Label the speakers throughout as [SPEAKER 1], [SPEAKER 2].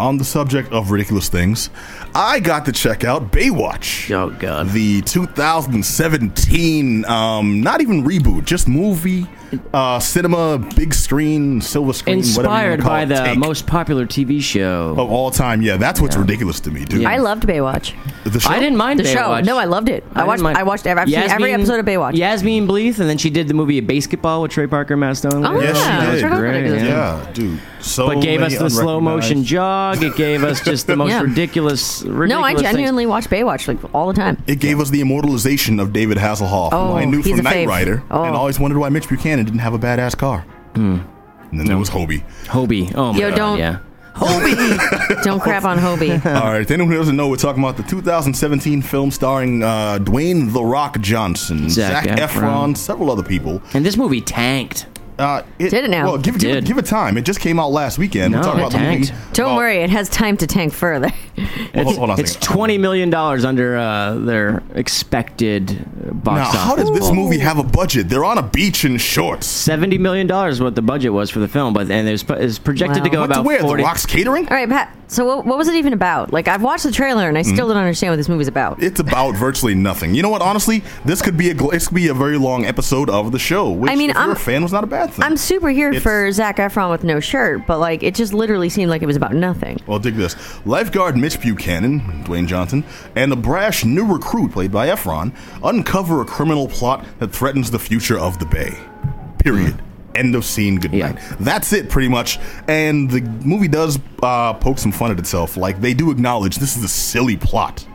[SPEAKER 1] On the subject of ridiculous things, I got to check out Baywatch.
[SPEAKER 2] Oh god.
[SPEAKER 1] The 2017, um, not even reboot, just movie, uh, cinema, big screen, silver screen, whatever
[SPEAKER 2] Inspired
[SPEAKER 1] you wanna call
[SPEAKER 2] by
[SPEAKER 1] it,
[SPEAKER 2] the
[SPEAKER 1] take Oh,
[SPEAKER 2] most popular TV show.
[SPEAKER 1] of all time. Yeah, that's what's ridiculous to me, dude.
[SPEAKER 2] Yeah.
[SPEAKER 3] I loved Baywatch.
[SPEAKER 1] the show?
[SPEAKER 2] I didn't mind
[SPEAKER 3] The
[SPEAKER 2] Baywatch.
[SPEAKER 3] show. No, I loved it. I,
[SPEAKER 2] didn't
[SPEAKER 3] watched.
[SPEAKER 2] mind-
[SPEAKER 3] I watched. Every, I've seen every
[SPEAKER 2] Yasmeen-
[SPEAKER 3] episode of Baywatch.
[SPEAKER 2] Yasmeen Bleeth, and then she did the movie A Basketball with Trey Parker and Matt Stone.
[SPEAKER 3] Oh,
[SPEAKER 1] Yes,
[SPEAKER 3] Yeah,
[SPEAKER 1] she
[SPEAKER 3] I
[SPEAKER 1] did.
[SPEAKER 3] forgot about
[SPEAKER 2] Great,
[SPEAKER 3] that.
[SPEAKER 1] yeah. dude. So
[SPEAKER 2] But gave us
[SPEAKER 1] many
[SPEAKER 2] the slow motion
[SPEAKER 1] unrecognized-
[SPEAKER 2] jog. It gave us just the most
[SPEAKER 3] Yeah.
[SPEAKER 2] ridiculous, ridiculous.
[SPEAKER 3] No, I
[SPEAKER 2] things.
[SPEAKER 3] genuinely watch Baywatch like all the time.
[SPEAKER 1] It gave us the immortalization of David Hasselhoff, who
[SPEAKER 3] Oh,
[SPEAKER 1] I knew
[SPEAKER 3] he's
[SPEAKER 1] from
[SPEAKER 3] a
[SPEAKER 1] Knight
[SPEAKER 3] fave.
[SPEAKER 1] Rider,
[SPEAKER 3] Oh.
[SPEAKER 1] and always wondered why Mitch Buchanan didn't have a badass car. And then there was Hobie.
[SPEAKER 2] Hobie. Oh my
[SPEAKER 3] Yo,
[SPEAKER 2] god.
[SPEAKER 3] don't-
[SPEAKER 2] Yeah.
[SPEAKER 3] Hobie, don't crap on Hobie.
[SPEAKER 1] All right, to anyone who doesn't know, we're talking about the 2017 film starring uh, Dwayne The Rock Johnson, Zach,
[SPEAKER 2] Zac
[SPEAKER 1] Efron,
[SPEAKER 2] Efron.
[SPEAKER 1] several other people.
[SPEAKER 2] And this movie tanked.
[SPEAKER 1] Uh,
[SPEAKER 3] Did it now.
[SPEAKER 1] Well, give, give,
[SPEAKER 2] Did.
[SPEAKER 1] give it time. It just came out last weekend. we're
[SPEAKER 2] No,
[SPEAKER 1] talking
[SPEAKER 2] it
[SPEAKER 1] about the
[SPEAKER 2] tanked.
[SPEAKER 1] movie.
[SPEAKER 3] Don't
[SPEAKER 1] about-
[SPEAKER 3] worry, it has time to tank further.
[SPEAKER 1] Well, hold, hold on a
[SPEAKER 2] It's
[SPEAKER 1] second.
[SPEAKER 2] twenty million dollars under uh, their expected uh,
[SPEAKER 1] Now,
[SPEAKER 2] box office.
[SPEAKER 1] how does this movie have a budget? They're on a beach in shorts.
[SPEAKER 2] Seventy million dollars what the budget was for the film, but and it's, it's projected
[SPEAKER 3] Wow.
[SPEAKER 2] to go
[SPEAKER 1] What to
[SPEAKER 2] about
[SPEAKER 1] wear?
[SPEAKER 2] forty.
[SPEAKER 1] The Rock's catering?
[SPEAKER 3] All right, Pat. So what, what was it even about? Like I've watched the trailer and I
[SPEAKER 2] Mm-hmm.
[SPEAKER 3] still don't understand what this movie's about.
[SPEAKER 1] It's about virtually nothing. You know what? Honestly, this could be a gl- this could be a very long episode of the show. Which,
[SPEAKER 3] I mean,
[SPEAKER 1] if you're
[SPEAKER 3] I'm-
[SPEAKER 1] a fan, was not a bad thing.
[SPEAKER 3] I'm super here
[SPEAKER 1] It's-
[SPEAKER 3] for Zach Efron with no shirt, but like it just literally seemed like it was about nothing.
[SPEAKER 1] Well, dig this. Lifeguard Mitch Buchanan, Dwayne Johnson, and the brash new recruit played by Efron uncover a criminal plot that threatens the future of the Bay. Period. End of scene. Good
[SPEAKER 2] Yeah.
[SPEAKER 1] night. That's it, pretty much. And the movie does uh, poke some fun at itself. Like they do acknowledge this is a silly plot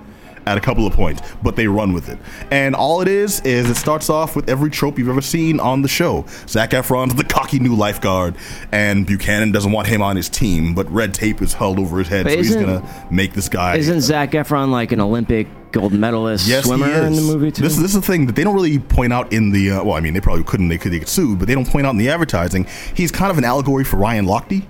[SPEAKER 1] at a couple of points, but they run with it. And all it is is it starts off with every trope you've ever seen on the show. Zach Efron's the cocky new lifeguard, and Buchanan doesn't want him on his team, but red tape is held over his head,
[SPEAKER 2] But
[SPEAKER 1] so he's
[SPEAKER 2] isn't-
[SPEAKER 1] gonna make this guy.
[SPEAKER 2] Isn't Zach Efron like an Olympic gold medalist
[SPEAKER 1] Yes, he
[SPEAKER 2] swimmer in the
[SPEAKER 1] is.
[SPEAKER 2] movie too?
[SPEAKER 1] This, is- this is the thing that they don't really point out in the. Uh, well, I mean, they probably couldn't. They could they get sued, but they don't point out in the advertising. He's kind of an allegory for Ryan Lochte.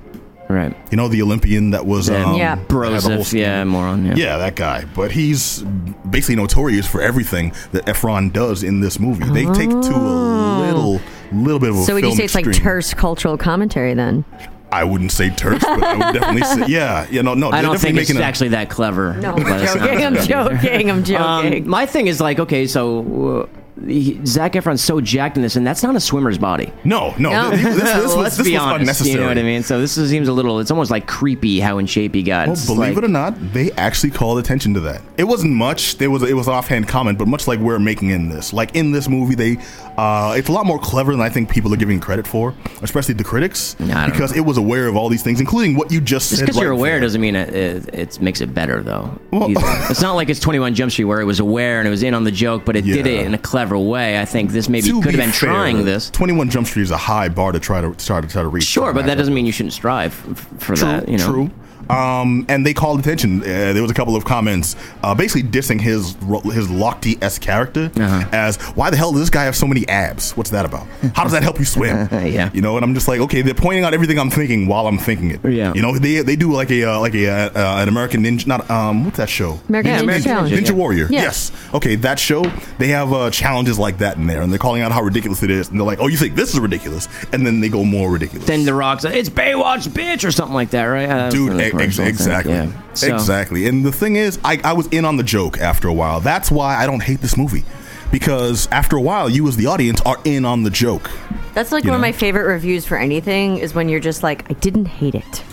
[SPEAKER 2] right.
[SPEAKER 1] You know, the Olympian that was. Um,
[SPEAKER 3] Yeah.
[SPEAKER 1] had the whole
[SPEAKER 2] Broseph,
[SPEAKER 1] scheme.
[SPEAKER 2] yeah, moron. Yeah.
[SPEAKER 1] Yeah, that guy. But he's basically notorious for everything that Efron does in this movie. They take it to a little, little bit of a.
[SPEAKER 3] Oh. So would you
[SPEAKER 1] film
[SPEAKER 3] say it's like
[SPEAKER 1] extreme.
[SPEAKER 3] terse cultural commentary then?
[SPEAKER 1] I wouldn't say terse, but I would definitely say yeah. Yeah, no, no. they're
[SPEAKER 2] I don't think
[SPEAKER 1] definitely
[SPEAKER 2] it's
[SPEAKER 1] making a-
[SPEAKER 2] actually that clever.
[SPEAKER 3] No,
[SPEAKER 2] but
[SPEAKER 3] I'm
[SPEAKER 2] it's not.
[SPEAKER 3] joking. I'm joking. I'm joking.
[SPEAKER 2] Um, my thing is like, okay, so uh, he, Zac Efron's so jacked in this, and that's not a swimmer's body.
[SPEAKER 1] No, no.
[SPEAKER 3] No.
[SPEAKER 1] th- This, this, this
[SPEAKER 2] Well,
[SPEAKER 1] was,
[SPEAKER 2] let's
[SPEAKER 1] this
[SPEAKER 2] be
[SPEAKER 1] was
[SPEAKER 2] honest,
[SPEAKER 1] unnecessary.
[SPEAKER 2] You know what I mean? So this is- seems a little. It's almost like creepy how in shape he got.
[SPEAKER 1] Well,
[SPEAKER 2] It's
[SPEAKER 1] believe
[SPEAKER 2] like-
[SPEAKER 1] it or not, they actually called attention to that. It wasn't much. There was it was an offhand comment, but much like we're making in this, like in this movie, they uh, it's a lot more clever than I think people are giving credit for, especially the critics,
[SPEAKER 2] I don't
[SPEAKER 1] because it was aware of all these things, including what you just
[SPEAKER 2] Just
[SPEAKER 1] said.
[SPEAKER 2] because you're
[SPEAKER 1] right
[SPEAKER 2] aware
[SPEAKER 1] there.
[SPEAKER 2] doesn't mean it, it, it makes it better, though.
[SPEAKER 1] Well-
[SPEAKER 2] either. it's not like it's 21 Jump Street where it was aware and it was in on the joke, but it did
[SPEAKER 1] Yeah.
[SPEAKER 2] it in a clever way. I think this maybe
[SPEAKER 1] To
[SPEAKER 2] could
[SPEAKER 1] be
[SPEAKER 2] have been
[SPEAKER 1] fair,
[SPEAKER 2] trying this.
[SPEAKER 1] 21 Jump Street is a high bar to try to try to try to reach.
[SPEAKER 2] Sure, but that
[SPEAKER 1] Actually.
[SPEAKER 2] doesn't mean you shouldn't strive f- for that. You know,
[SPEAKER 1] True. Um, and they called attention. Uh, there was a couple of comments, uh, basically dissing his ro- his Lochte s character
[SPEAKER 2] Uh-huh.
[SPEAKER 1] as why the hell does this guy have so many abs? What's that about? How does that help you swim?
[SPEAKER 2] Yeah.
[SPEAKER 1] You know, and I'm just like, okay, they're pointing out everything I'm thinking while I'm thinking it.
[SPEAKER 2] Yeah.
[SPEAKER 1] You know, they they do like a uh, like a uh, uh, an American ninja. Not um, what's that show?
[SPEAKER 3] American
[SPEAKER 2] Yeah,
[SPEAKER 3] Ninja
[SPEAKER 2] American
[SPEAKER 3] Challenge.
[SPEAKER 1] Ninja
[SPEAKER 2] yeah.
[SPEAKER 1] Warrior.
[SPEAKER 3] Yeah.
[SPEAKER 1] Yes. Okay, that show, they have uh, challenges like that in there, and they're calling out how ridiculous it is. And they're like, oh, you think this is ridiculous? And then they go more ridiculous.
[SPEAKER 2] Then the rocks. It's Baywatch, bitch, or something like that, right? Uh,
[SPEAKER 1] Dude,
[SPEAKER 2] that's
[SPEAKER 1] e-
[SPEAKER 2] what
[SPEAKER 1] ex-
[SPEAKER 2] the commercial
[SPEAKER 1] exactly.
[SPEAKER 2] thing, yeah. So-
[SPEAKER 1] Exactly. And the thing is, I, I was in on the joke after a while. That's why I don't hate this movie. Because after a while, you as the audience are in on the joke.
[SPEAKER 3] That's like
[SPEAKER 1] You
[SPEAKER 3] one of
[SPEAKER 1] know?
[SPEAKER 3] my favorite reviews for anything is when you're just like, I didn't hate it.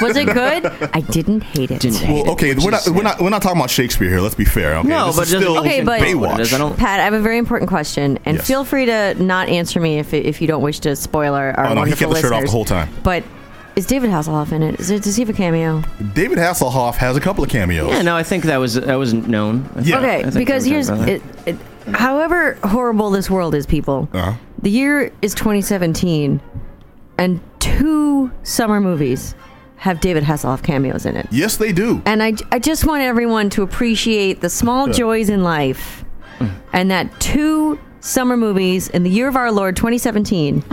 [SPEAKER 3] Was it good? I didn't hate it.
[SPEAKER 2] Didn't hate
[SPEAKER 1] Well, okay, we're not, we're, not, we're not talking about Shakespeare here, let's be fair. Okay?
[SPEAKER 2] No,
[SPEAKER 1] This
[SPEAKER 2] but
[SPEAKER 1] is
[SPEAKER 2] it doesn't-
[SPEAKER 1] still
[SPEAKER 2] okay,
[SPEAKER 3] but-
[SPEAKER 2] What it is, I
[SPEAKER 1] Baywatch.
[SPEAKER 2] don't-
[SPEAKER 3] Pat, I have a very important question, and
[SPEAKER 1] Yes.
[SPEAKER 3] feel free to not answer me if if you don't wish to spoil our, our
[SPEAKER 1] Oh, no, he
[SPEAKER 3] wonderful
[SPEAKER 1] kept the shirt off the
[SPEAKER 3] listeners.
[SPEAKER 1] whole time.
[SPEAKER 3] But is David Hasselhoff in it? Is it? Does he have a cameo?
[SPEAKER 1] David Hasselhoff has a couple of cameos.
[SPEAKER 2] Yeah, no, I think that was that was known. I
[SPEAKER 1] Yeah.
[SPEAKER 2] think- I
[SPEAKER 3] Okay,
[SPEAKER 2] think
[SPEAKER 3] because
[SPEAKER 2] we were
[SPEAKER 3] here's
[SPEAKER 2] talking about that.
[SPEAKER 3] it, it, however horrible this world is, people.
[SPEAKER 1] Uh-huh.
[SPEAKER 3] The year is 2017, and two summer movies have David Hasselhoff cameos in it.
[SPEAKER 1] Yes, they do.
[SPEAKER 3] And I, I just want everyone to appreciate the small joys in
[SPEAKER 1] Mm.
[SPEAKER 3] life and that two summer movies in the year of our Lord 2017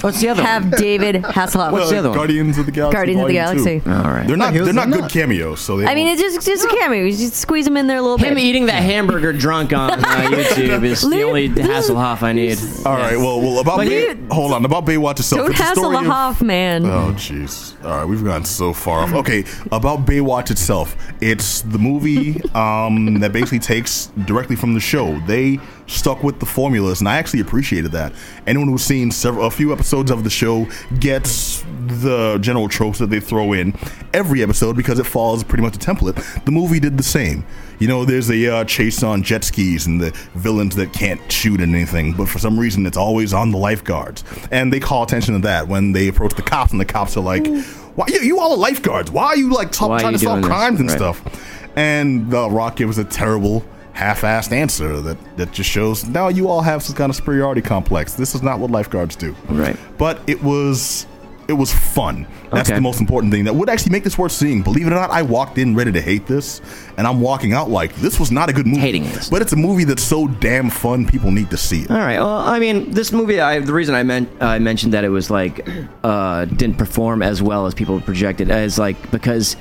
[SPEAKER 2] What's the other one?
[SPEAKER 3] Have David Hasselhoff.
[SPEAKER 2] What's the other one?
[SPEAKER 1] Uh, Guardians of the Galaxy.
[SPEAKER 3] Guardians of the
[SPEAKER 1] Volume
[SPEAKER 3] Galaxy.
[SPEAKER 1] Two.
[SPEAKER 2] All right.
[SPEAKER 1] They're not.
[SPEAKER 4] The hell's
[SPEAKER 1] They're not
[SPEAKER 4] the
[SPEAKER 1] good
[SPEAKER 4] nut?
[SPEAKER 1] cameos. So they.
[SPEAKER 3] I mean,
[SPEAKER 1] won't-
[SPEAKER 3] it's just just a cameo. You just squeeze him in there a little
[SPEAKER 2] Him
[SPEAKER 3] bit.
[SPEAKER 2] eating that hamburger drunk on uh, YouTube is the only Hasselhoff I need.
[SPEAKER 1] All right. Well, well about
[SPEAKER 2] Like,
[SPEAKER 1] Bay,
[SPEAKER 3] dude,
[SPEAKER 1] hold on about Baywatch itself.
[SPEAKER 3] Don't
[SPEAKER 1] it's a
[SPEAKER 3] hassle
[SPEAKER 1] story
[SPEAKER 3] the
[SPEAKER 1] of-
[SPEAKER 3] Hoff, man.
[SPEAKER 1] Oh jeez. All right, we've gone so far off. Okay, about Baywatch itself, it's the movie um, that basically takes directly from the show. They stuck with the formulas, and I actually appreciated that. Anyone who's seen several, a few episodes of the show gets the general tropes that they throw in every episode because it follows pretty much a template. The movie did the same. You know, there's a uh, chase on jet skis and the villains that can't shoot and anything, but for some reason it's always on the lifeguards. And they call attention to that when they approach the cops, and the cops are like, "Why you, you all are lifeguards? Why are you like t-
[SPEAKER 2] Mm. Why are
[SPEAKER 1] trying
[SPEAKER 2] you
[SPEAKER 1] to solve
[SPEAKER 2] doing this?"
[SPEAKER 1] crimes and
[SPEAKER 2] Right.
[SPEAKER 1] stuff?" And The Rock gives a terrible, half-assed answer that that just shows now you all have some kind of superiority complex. This is not what lifeguards do.
[SPEAKER 2] Right.
[SPEAKER 1] But it was. It was fun. That's
[SPEAKER 2] Okay.
[SPEAKER 1] the most important thing that would actually make this worth seeing. Believe it or not, I walked in ready to hate this, and I'm walking out like this was not a good movie.
[SPEAKER 2] Hating this.
[SPEAKER 1] but it's a movie that's so damn fun. People need to see it.
[SPEAKER 2] All right. Well, I mean, this movie. I, the reason I meant I mentioned that it was like uh, didn't perform as well as people projected is like because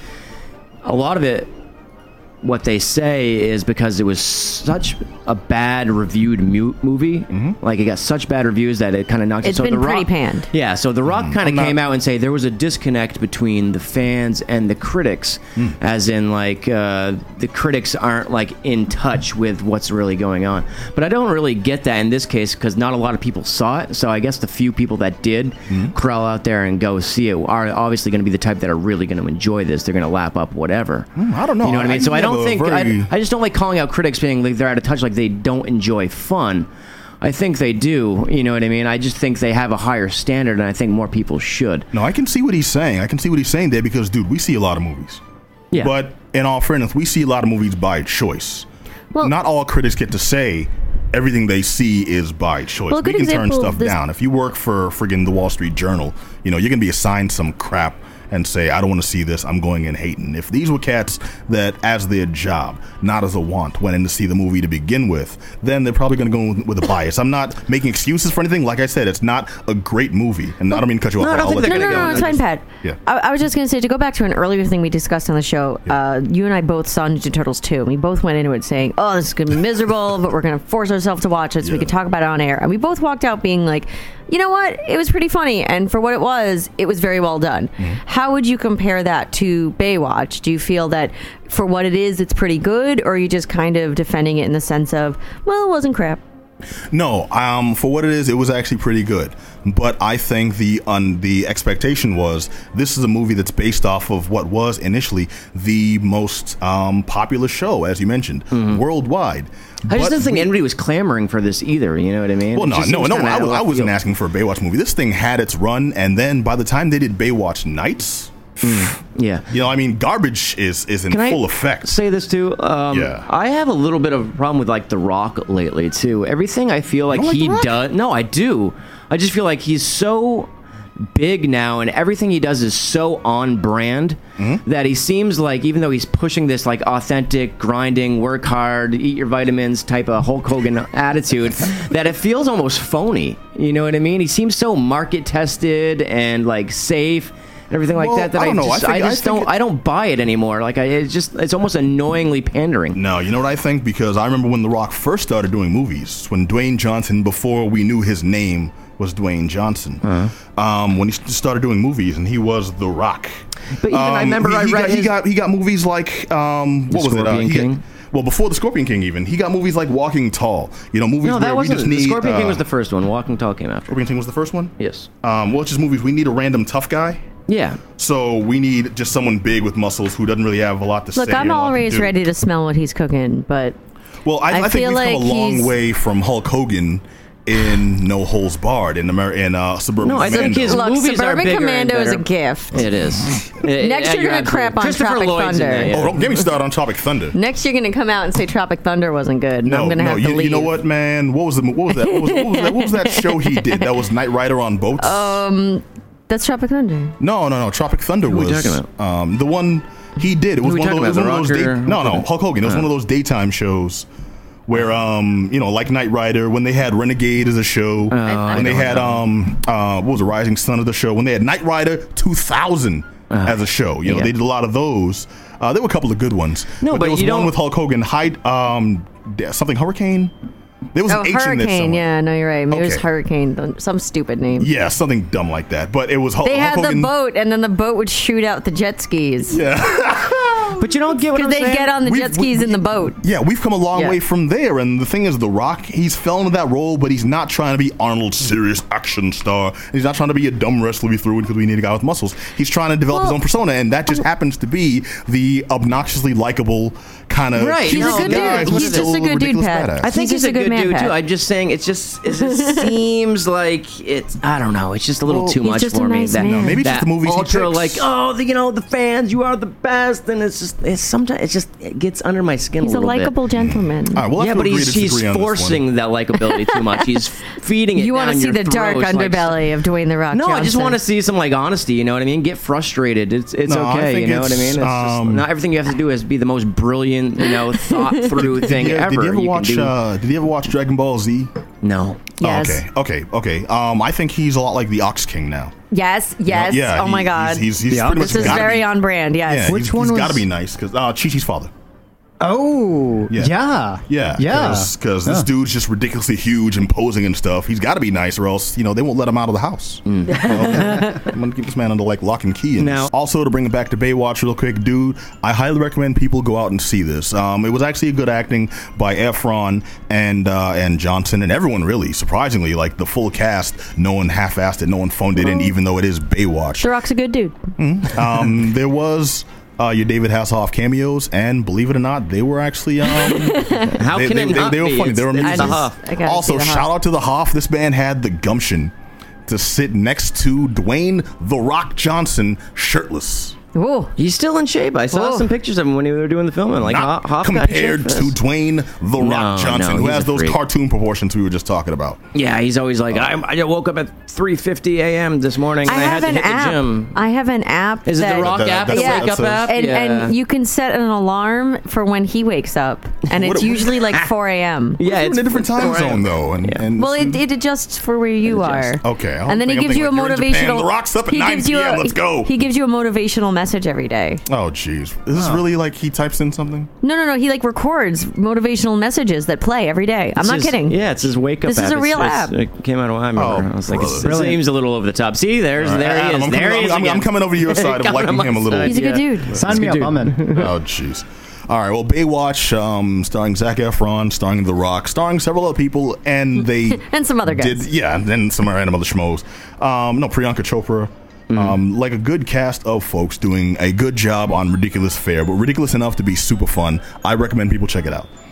[SPEAKER 2] a lot of it, what they say is because it was such a bad reviewed mu- movie. Like it got such bad reviews that it kind of knocked. it.
[SPEAKER 3] It's
[SPEAKER 2] So
[SPEAKER 3] been
[SPEAKER 2] the Rock,
[SPEAKER 3] pretty panned.
[SPEAKER 2] Yeah. So the Rock kind of
[SPEAKER 1] not-
[SPEAKER 2] came out and say there was a disconnect between the fans and the critics, as in like uh, the critics aren't like in touch with what's really going on. But I don't really get that in this case because not a lot of people saw it. So I guess the few people that did crawl out there and go see it are obviously going to be the type that are really going to enjoy this. They're going to lap up whatever.
[SPEAKER 1] I don't know.
[SPEAKER 2] You know what
[SPEAKER 1] I-
[SPEAKER 2] I mean? So
[SPEAKER 1] you
[SPEAKER 2] I
[SPEAKER 1] have
[SPEAKER 2] don't
[SPEAKER 1] a
[SPEAKER 2] think
[SPEAKER 1] very-
[SPEAKER 2] I, I just don't like calling out critics being like they're out of touch, like they don't enjoy fun. I think they do. You know what I mean? I just think they have a higher standard, and I think more people should.
[SPEAKER 1] No, I can see what he's saying. I can see what he's saying there because, dude, we see a lot of movies.
[SPEAKER 2] Yeah.
[SPEAKER 1] But in all fairness, we see a lot of movies by choice.
[SPEAKER 3] Well-
[SPEAKER 1] not all critics get to say everything they see is by choice.
[SPEAKER 3] Well, a
[SPEAKER 1] we
[SPEAKER 3] good
[SPEAKER 1] can turn
[SPEAKER 3] example of
[SPEAKER 1] stuff
[SPEAKER 3] this-
[SPEAKER 1] down. If you work for friggin' the Wall Street Journal, you know, you're gonna be assigned some crap and say, I don't wanna see this, I'm going in hating. If these were cats that as their job, not as a want, went in to see the movie to begin with, then they're probably gonna go in with a bias. I'm not making excuses for anything. Like I said, it's not a great movie. And I don't mean to cut you off.
[SPEAKER 2] I
[SPEAKER 1] but
[SPEAKER 2] don't
[SPEAKER 1] I'll
[SPEAKER 2] think
[SPEAKER 1] let
[SPEAKER 2] they're
[SPEAKER 1] you
[SPEAKER 3] No,
[SPEAKER 2] gonna
[SPEAKER 3] no,
[SPEAKER 2] go
[SPEAKER 3] no,
[SPEAKER 2] in
[SPEAKER 3] it's fine, Pat.
[SPEAKER 1] Yeah.
[SPEAKER 3] I, I was just going to say to go back to an earlier thing we discussed on the show. Uh, you and I both saw Ninja Turtles 2. and We both went into it saying, "Oh, this is going to be miserable, but we're going to force ourselves to watch it so we
[SPEAKER 1] Yeah.
[SPEAKER 3] can talk about it on air." And we both walked out being like, "You know what? It was pretty funny, and for what it was, it was very well done."
[SPEAKER 1] Mm-hmm.
[SPEAKER 3] How would you compare that to Baywatch? Do you feel that for what it is, it's pretty good, or are you just kind of defending it in the sense of, "Well, it wasn't crap."
[SPEAKER 1] No, um, for what it is, it was actually pretty good. But I think the un, the expectation was this is a movie that's based off of what was initially the most um, popular show, as you mentioned, worldwide.
[SPEAKER 2] Mm-hmm. I
[SPEAKER 1] But
[SPEAKER 2] just didn't think
[SPEAKER 1] we-
[SPEAKER 2] anybody was clamoring for this either. You know what I mean?
[SPEAKER 1] Well,
[SPEAKER 2] It
[SPEAKER 1] no,
[SPEAKER 2] just
[SPEAKER 1] no,
[SPEAKER 2] seems
[SPEAKER 1] no.
[SPEAKER 2] kinda
[SPEAKER 1] I,
[SPEAKER 2] out of
[SPEAKER 1] was, I
[SPEAKER 2] left
[SPEAKER 1] wasn't
[SPEAKER 2] field.
[SPEAKER 1] asking for a Baywatch movie. This thing had its run, and then by the time they did Baywatch Nights,
[SPEAKER 2] Yeah.
[SPEAKER 1] you know, I mean, garbage is is in
[SPEAKER 2] Can I
[SPEAKER 1] full effect.
[SPEAKER 2] Say this too. Um,
[SPEAKER 1] Yeah.
[SPEAKER 2] I have a little bit of a problem with like The Rock lately too. Everything I feel like,
[SPEAKER 1] don't like
[SPEAKER 2] he
[SPEAKER 1] The Rock?
[SPEAKER 2] does. No, I do. I just feel like he's so big now, and everything he does is so on brand
[SPEAKER 1] Mm-hmm.
[SPEAKER 2] that he seems like, even though he's pushing this like authentic, grinding, work hard, eat your vitamins type of Hulk Hogan attitude, that it feels almost phony. You know what I mean? He seems so market tested and like safe. and Everything like
[SPEAKER 1] Well,
[SPEAKER 2] that. That
[SPEAKER 1] I
[SPEAKER 2] I,
[SPEAKER 1] don't know. I
[SPEAKER 2] just, I,
[SPEAKER 1] think- I
[SPEAKER 2] just
[SPEAKER 1] think
[SPEAKER 2] don't.
[SPEAKER 1] it-
[SPEAKER 2] I don't buy it anymore. Like I, it's just it's almost annoyingly pandering.
[SPEAKER 1] No, you know what I think? Because I remember when The Rock first started doing movies, when Dwayne Johnson, before we knew his name was Dwayne Johnson,
[SPEAKER 2] Uh-huh.
[SPEAKER 1] um, when he s- started doing movies, and he was The Rock.
[SPEAKER 2] But even I
[SPEAKER 1] Um,
[SPEAKER 2] remember
[SPEAKER 1] he,
[SPEAKER 2] I
[SPEAKER 1] he
[SPEAKER 2] read
[SPEAKER 1] got, he
[SPEAKER 2] his-
[SPEAKER 1] got he got movies like um, what was it?
[SPEAKER 2] Scorpion
[SPEAKER 1] he got-
[SPEAKER 2] King?
[SPEAKER 1] well, before the Scorpion King, even he got movies like Walking Tall. You know, movies
[SPEAKER 2] No,
[SPEAKER 1] where
[SPEAKER 2] that wasn't.
[SPEAKER 1] we just need.
[SPEAKER 2] the Scorpion King
[SPEAKER 1] uh,
[SPEAKER 2] was the first one. Walking Tall came after.
[SPEAKER 1] Scorpion King was the first one.
[SPEAKER 2] Yes.
[SPEAKER 1] Um, well, it's just movies. We need a random tough guy.
[SPEAKER 2] Yeah.
[SPEAKER 1] So we need just someone big with muscles who doesn't really have a lot to
[SPEAKER 3] Look,
[SPEAKER 1] say.
[SPEAKER 3] I'm
[SPEAKER 1] and a lot to
[SPEAKER 3] always
[SPEAKER 1] do.
[SPEAKER 3] ready to smell what he's cooking, but
[SPEAKER 1] Well, I,
[SPEAKER 3] I
[SPEAKER 1] I, think
[SPEAKER 3] feel
[SPEAKER 1] we've come
[SPEAKER 3] like
[SPEAKER 1] a long
[SPEAKER 3] he's-
[SPEAKER 1] way from Hulk Hogan in No Holes Barred in Amer- in uh, Suburban
[SPEAKER 2] No, I think
[SPEAKER 1] Commando.
[SPEAKER 2] his
[SPEAKER 3] Look,
[SPEAKER 2] movies are
[SPEAKER 3] Suburban
[SPEAKER 2] bigger
[SPEAKER 3] Commando
[SPEAKER 2] and
[SPEAKER 3] is a
[SPEAKER 2] better.
[SPEAKER 3] gift.
[SPEAKER 2] It is. It-
[SPEAKER 3] Next
[SPEAKER 2] yeah,
[SPEAKER 3] you're gonna
[SPEAKER 2] absolutely-
[SPEAKER 3] crap on
[SPEAKER 2] Christopher
[SPEAKER 3] Tropic
[SPEAKER 2] Lloyd's in
[SPEAKER 3] Thunder.
[SPEAKER 2] that, yeah.
[SPEAKER 1] Oh, don't get me started on Tropic Thunder.
[SPEAKER 3] Next, you're going to come out and say Tropic Thunder wasn't good.
[SPEAKER 1] No,
[SPEAKER 3] I'm going to
[SPEAKER 1] no,
[SPEAKER 3] have
[SPEAKER 1] you,
[SPEAKER 3] to leave.
[SPEAKER 1] you know what, man? What was the what was that? What was, what was, that, what was that show he did? That was Knight Rider on boats.
[SPEAKER 3] That's Tropic Thunder.
[SPEAKER 1] no, no, no. Tropic Thunder
[SPEAKER 2] we
[SPEAKER 1] was
[SPEAKER 2] talking
[SPEAKER 1] Um, the one he did. It was
[SPEAKER 2] we
[SPEAKER 1] one of
[SPEAKER 2] talking
[SPEAKER 1] those. It was
[SPEAKER 2] about,
[SPEAKER 1] one of
[SPEAKER 2] The
[SPEAKER 1] those day,
[SPEAKER 2] Rock or-
[SPEAKER 1] no, no, Hulk Hogan. It was one of those daytime shows where
[SPEAKER 2] Uh-huh.
[SPEAKER 1] um you know like Knight Rider when they had Renegade as a show
[SPEAKER 2] Oh,
[SPEAKER 3] I
[SPEAKER 1] when they
[SPEAKER 3] don't
[SPEAKER 1] had um uh what was the Rising Sun of the show when they had Knight Rider 2000 as a show you know
[SPEAKER 2] Uh-huh. yeah.
[SPEAKER 1] they did a lot of those uh, there were a couple of good ones
[SPEAKER 2] No, but
[SPEAKER 1] there was
[SPEAKER 2] you
[SPEAKER 1] one
[SPEAKER 2] don't-
[SPEAKER 1] with Hulk Hogan Hyde um d- something Hurricane there was
[SPEAKER 3] Oh,
[SPEAKER 1] an H in there
[SPEAKER 3] hurricane.
[SPEAKER 1] somewhere.
[SPEAKER 3] Yeah, no, you're right. Maybe it was
[SPEAKER 1] Okay.
[SPEAKER 3] hurricane. th- Some stupid name.
[SPEAKER 1] yeah something dumb like that but it was Hulk,
[SPEAKER 3] They had
[SPEAKER 1] Hulk
[SPEAKER 3] the
[SPEAKER 1] Hogan
[SPEAKER 3] boat, and then the boat would shoot out the jet skis. Yeah,
[SPEAKER 2] But you don't get what I'm
[SPEAKER 3] they
[SPEAKER 2] saying?
[SPEAKER 3] get on the
[SPEAKER 1] We've-
[SPEAKER 3] jet skis
[SPEAKER 1] we-
[SPEAKER 3] in the boat.
[SPEAKER 1] Yeah, we've come a long
[SPEAKER 3] Yeah.
[SPEAKER 1] way from there. And the thing is, The Rock, he's fell into that role, but he's not trying to be Arnold's serious action star. He's not trying to be a dumb wrestler we threw in because we need a guy with muscles. He's trying to develop his
[SPEAKER 3] Well- um,
[SPEAKER 1] own persona, and that just happens to be the obnoxiously likable kind of.
[SPEAKER 2] Right,
[SPEAKER 3] He's
[SPEAKER 2] No,
[SPEAKER 3] a good
[SPEAKER 2] yeah,
[SPEAKER 3] dude.
[SPEAKER 2] he's
[SPEAKER 3] He's just a good dude, Pat.
[SPEAKER 2] I think he's,
[SPEAKER 3] just
[SPEAKER 2] a, good dude too. I'm just saying, it's just it just seems like it's I don't know. It's just a little
[SPEAKER 1] Well,
[SPEAKER 2] too
[SPEAKER 1] he's
[SPEAKER 2] much
[SPEAKER 3] just a
[SPEAKER 2] for me.
[SPEAKER 3] nice
[SPEAKER 2] That
[SPEAKER 3] man. No,
[SPEAKER 1] maybe it's just
[SPEAKER 2] that
[SPEAKER 1] the movies he
[SPEAKER 2] ultra
[SPEAKER 1] picks.
[SPEAKER 2] like oh the, you know the fans you are the best and it's just it's sometimes it just it gets under my skin
[SPEAKER 3] He's
[SPEAKER 2] a
[SPEAKER 3] a
[SPEAKER 2] little bit.
[SPEAKER 3] likable gentleman.
[SPEAKER 1] All right, we'll have
[SPEAKER 2] yeah,
[SPEAKER 1] to
[SPEAKER 2] but
[SPEAKER 1] agree
[SPEAKER 2] he's,
[SPEAKER 1] to
[SPEAKER 2] he's
[SPEAKER 1] disagree on this one.
[SPEAKER 2] forcing that likability too much. He's feeding it.
[SPEAKER 3] you want to see the dark underbelly of Dwayne the Rock?
[SPEAKER 2] no, I just
[SPEAKER 3] Johnson.
[SPEAKER 2] want to see some like honesty. You know what I mean? Get frustrated. It's it's
[SPEAKER 1] No, I
[SPEAKER 2] okay. You
[SPEAKER 1] think
[SPEAKER 2] know what I mean?
[SPEAKER 1] it's,
[SPEAKER 2] It's just,
[SPEAKER 1] um,
[SPEAKER 2] not everything you have to do is be the most brilliant, you know, thought through thing
[SPEAKER 1] Yeah,
[SPEAKER 2] ever.
[SPEAKER 1] did you ever
[SPEAKER 2] can
[SPEAKER 1] watch?
[SPEAKER 2] do-
[SPEAKER 1] uh, did you ever watch Dragon Ball Z?
[SPEAKER 2] no.
[SPEAKER 3] Yes.
[SPEAKER 1] Oh, okay, okay, okay. Um, I think he's a lot like the Ox King now.
[SPEAKER 3] Yes,
[SPEAKER 1] Yeah,
[SPEAKER 3] yes.
[SPEAKER 1] yeah,
[SPEAKER 3] oh my
[SPEAKER 1] he-
[SPEAKER 3] God.
[SPEAKER 1] he's, he's, he's
[SPEAKER 2] Yeah,
[SPEAKER 1] pretty much
[SPEAKER 3] this is
[SPEAKER 1] gotta
[SPEAKER 3] very
[SPEAKER 1] be-
[SPEAKER 3] on brand.
[SPEAKER 1] Yeah,
[SPEAKER 3] Yes.
[SPEAKER 1] Which
[SPEAKER 4] Which
[SPEAKER 1] one
[SPEAKER 4] one
[SPEAKER 1] got to
[SPEAKER 4] was-
[SPEAKER 1] be nice because uh, Chi-Chi's father.
[SPEAKER 4] Oh,
[SPEAKER 1] Yeah.
[SPEAKER 4] yeah.
[SPEAKER 1] Yeah,
[SPEAKER 4] Yeah.
[SPEAKER 1] Because this
[SPEAKER 4] Yeah.
[SPEAKER 1] dude's just ridiculously huge, and posing and stuff. He's got to be nice, or else you know they won't let him out of the house. Okay. I'm gonna keep this man under like lock and key. And
[SPEAKER 2] Now-
[SPEAKER 1] also to bring it back to Baywatch real quick, dude. I highly recommend people go out and see this. Um, it was actually good acting by Efron and uh, and Johnson and everyone really. Surprisingly, like the full cast, no one half-assed it, no one phoned it in, even though it is Baywatch.
[SPEAKER 3] The Rock's a good dude.
[SPEAKER 1] Um, there was. Uh, your David Hasselhoff cameos, and believe it or not, they were actually um,
[SPEAKER 2] How
[SPEAKER 1] they,
[SPEAKER 2] can
[SPEAKER 1] they,
[SPEAKER 2] it
[SPEAKER 1] they-
[SPEAKER 2] not
[SPEAKER 1] they were
[SPEAKER 2] be?
[SPEAKER 1] funny. They were
[SPEAKER 2] It's- it's
[SPEAKER 1] amusing.
[SPEAKER 2] the Huff.
[SPEAKER 3] I gotta
[SPEAKER 1] Also,
[SPEAKER 3] see the Huff.
[SPEAKER 1] shout out to the Hoff. This man had the gumption to sit next to Dwayne the Rock Johnson shirtless.
[SPEAKER 3] Ooh.
[SPEAKER 2] He's still in shape. I saw
[SPEAKER 3] Oh.
[SPEAKER 2] some pictures of him when we were doing the film. and, Like
[SPEAKER 1] Not
[SPEAKER 2] Ho- Hoff got
[SPEAKER 1] compared
[SPEAKER 2] shape for
[SPEAKER 1] to
[SPEAKER 2] this.
[SPEAKER 1] Dwayne the Rock
[SPEAKER 2] no,
[SPEAKER 1] Johnson, who
[SPEAKER 2] he's
[SPEAKER 1] has
[SPEAKER 2] a
[SPEAKER 1] those
[SPEAKER 2] freak.
[SPEAKER 1] cartoon proportions we were just talking about.
[SPEAKER 2] Yeah, he's always like I'm, I woke up at 3:50 a.m. this morning and I, had
[SPEAKER 3] have
[SPEAKER 2] to
[SPEAKER 3] an
[SPEAKER 2] hit the
[SPEAKER 3] app.
[SPEAKER 2] gym.
[SPEAKER 3] I have an app.
[SPEAKER 2] Is it
[SPEAKER 3] that-
[SPEAKER 2] the Rock
[SPEAKER 1] That-
[SPEAKER 2] app? The
[SPEAKER 1] that's-
[SPEAKER 2] wake up
[SPEAKER 1] that's a-
[SPEAKER 2] app?
[SPEAKER 3] And,
[SPEAKER 2] yeah.
[SPEAKER 3] and you can set an alarm for when he wakes up, and
[SPEAKER 1] What
[SPEAKER 3] it's
[SPEAKER 1] a-
[SPEAKER 3] usually like 4 a.m.
[SPEAKER 2] yeah,
[SPEAKER 1] We're in
[SPEAKER 2] it's
[SPEAKER 1] a different time
[SPEAKER 2] four
[SPEAKER 1] zone,
[SPEAKER 2] a.m.
[SPEAKER 1] though. And, and
[SPEAKER 3] Well, it, it adjusts for where you are.
[SPEAKER 2] adjusts.
[SPEAKER 1] Okay, I don't
[SPEAKER 3] and then he
[SPEAKER 1] think- I'm
[SPEAKER 3] gives you a
[SPEAKER 1] thinking like you're in Japan.
[SPEAKER 3] motivational.
[SPEAKER 1] The Rock's up at
[SPEAKER 3] he
[SPEAKER 1] 9
[SPEAKER 3] gives you
[SPEAKER 1] PM,
[SPEAKER 3] a-
[SPEAKER 1] let's go.
[SPEAKER 3] He gives you a motivational message every day.
[SPEAKER 1] oh, jeez, is this really like he types in something?
[SPEAKER 3] No, no, no. He like records motivational messages that play every day. I'm
[SPEAKER 2] It's
[SPEAKER 3] not
[SPEAKER 2] his-
[SPEAKER 3] kidding.
[SPEAKER 2] Yeah, it's his wake up.
[SPEAKER 3] This
[SPEAKER 2] app.
[SPEAKER 3] is a
[SPEAKER 2] It's-
[SPEAKER 3] real
[SPEAKER 2] it's-
[SPEAKER 3] app.
[SPEAKER 2] It came out a while. I remember.
[SPEAKER 1] Oh,
[SPEAKER 2] I was like,
[SPEAKER 1] brother.
[SPEAKER 2] it's- it
[SPEAKER 1] Brilliant.
[SPEAKER 2] seems a little over the top. See, there's there he
[SPEAKER 1] Adam,
[SPEAKER 2] is.
[SPEAKER 1] I'm
[SPEAKER 2] there
[SPEAKER 1] coming,
[SPEAKER 2] he is.
[SPEAKER 1] I'm- I'm,
[SPEAKER 2] again.
[SPEAKER 1] coming over to your side of
[SPEAKER 2] Coming
[SPEAKER 1] liking
[SPEAKER 2] on
[SPEAKER 1] him a
[SPEAKER 2] my
[SPEAKER 1] little.
[SPEAKER 2] side,
[SPEAKER 3] He's a good
[SPEAKER 2] yeah.
[SPEAKER 3] dude.
[SPEAKER 4] Sign me up.
[SPEAKER 2] dude.
[SPEAKER 4] I'm in.
[SPEAKER 1] oh, jeez. All right. Well, Baywatch, um, starring Zach Efron, starring The Rock, starring several other people, and they
[SPEAKER 3] And some other guys.
[SPEAKER 1] did yeah, and then some random other schmoes. Um, no, Priyanka Chopra.
[SPEAKER 4] Mm.
[SPEAKER 1] Um, like a good cast of folks doing a good job on ridiculous fare, but ridiculous enough to be super fun. I recommend people check it out.